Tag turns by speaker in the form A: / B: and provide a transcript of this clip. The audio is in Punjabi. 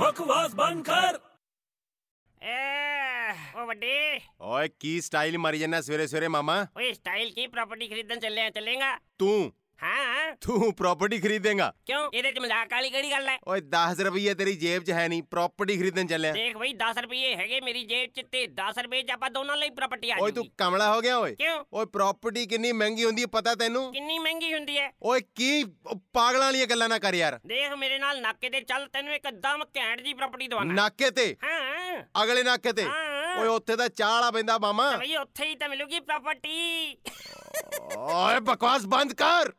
A: ਬਕਵਾਸ ਬੰਦ ਕਰ
B: ਐ ਉਹ ਵੱਡੇ
C: ਓਏ ਕੀ ਸਟਾਈਲ ਮਾਰੀ ਜਾਂਦਾ ਸਵੇਰੇ ਸਵੇਰੇ ਮਾਮਾ
B: ਓਏ ਸਟਾਈਲ ਕੀ ਪ੍ਰਾਪਰਟੀ ਖਰੀਦਣ ਚੱਲੇ ਆ ਚੱਲੇਗਾ
C: ਤੂੰ
B: ਹਾਂ
C: ਤੂੰ ਪ੍ਰਾਪਰਟੀ ਖਰੀਦੇਂਗਾ
B: ਕਿਉਂ ਇਹਦੇ ਚ ਮਜ਼ਾਕ ਵਾਲੀ ਕਿਹੜੀ ਗੱਲ ਹੈ
C: ਓਏ 10 ਰੁਪਏ ਤੇਰੀ ਜੇਬ 'ਚ ਹੈ ਨਹੀਂ ਪ੍ਰਾਪਰਟੀ ਖਰੀਦਣ ਚੱਲਿਆ
B: ਦੇਖ ਬਈ 10 ਰੁਪਏ ਹੈਗੇ ਮੇਰੀ ਜੇਬ ਚ ਤੇ 10 ਰੁਪਏ ਚ ਆਪਾਂ ਦੋਨਾਂ ਲਈ ਪ੍ਰਾਪਰਟੀ ਆ
C: ਓਏ ਤੂੰ
B: ਜਾਊਗੀ।
C: ਕਮਲਾ ਹੋ ਗਿਆ ਓਏ
B: ਕਿਉਂ
C: ਓਏ ਪ੍ਰਾਪਰਟੀ ਕਿੰਨੀ ਮਹਿੰਗੀ ਹੁੰਦੀ ਹੈ ਪਤਾ ਤੈਨੂੰ
B: ਕਿੰਨੀ ਮਹਿੰਗੀ ਹੁੰਦੀ ਹੈ
C: ਓਏ ਕੀ ਓ ਪਾਗਲਾਂ ਵਾਲੀਆਂ ਗੱਲਾਂ ਨਾ ਕਰ ਯਾਰ
B: ਦੇਖ ਮੇਰੇ ਨਾਲ ਨਾਕੇ ਤੇ ਚੱਲ ਤੈਨੂੰ ਇੱਕ ਦਮ ਘੈਂਟ ਜੀ ਪ੍ਰਾਪਰਟੀ ਦਵਾਣਾ
C: ਨਾਕੇ ਤੇ
B: ਹਾਂ
C: ਅਗਲੇ ਨਾਕੇ ਤੇ
B: ਹਾਂ।
C: ਓਏ ਉੱਥੇ ਤਾਂ ਚਾਹ ਵਾਲਾ ਪੈਂਦਾ ਮਾਮਾ
B: ਬਈ ਉੱਥੇ ਹੀ ਤਾਂ ਮਿਲੂਗੀ ਪ੍ਰਾਪਰਟੀ
C: ਓਏ ਬਕਵਾਸ ਬੰਦ ਕਰ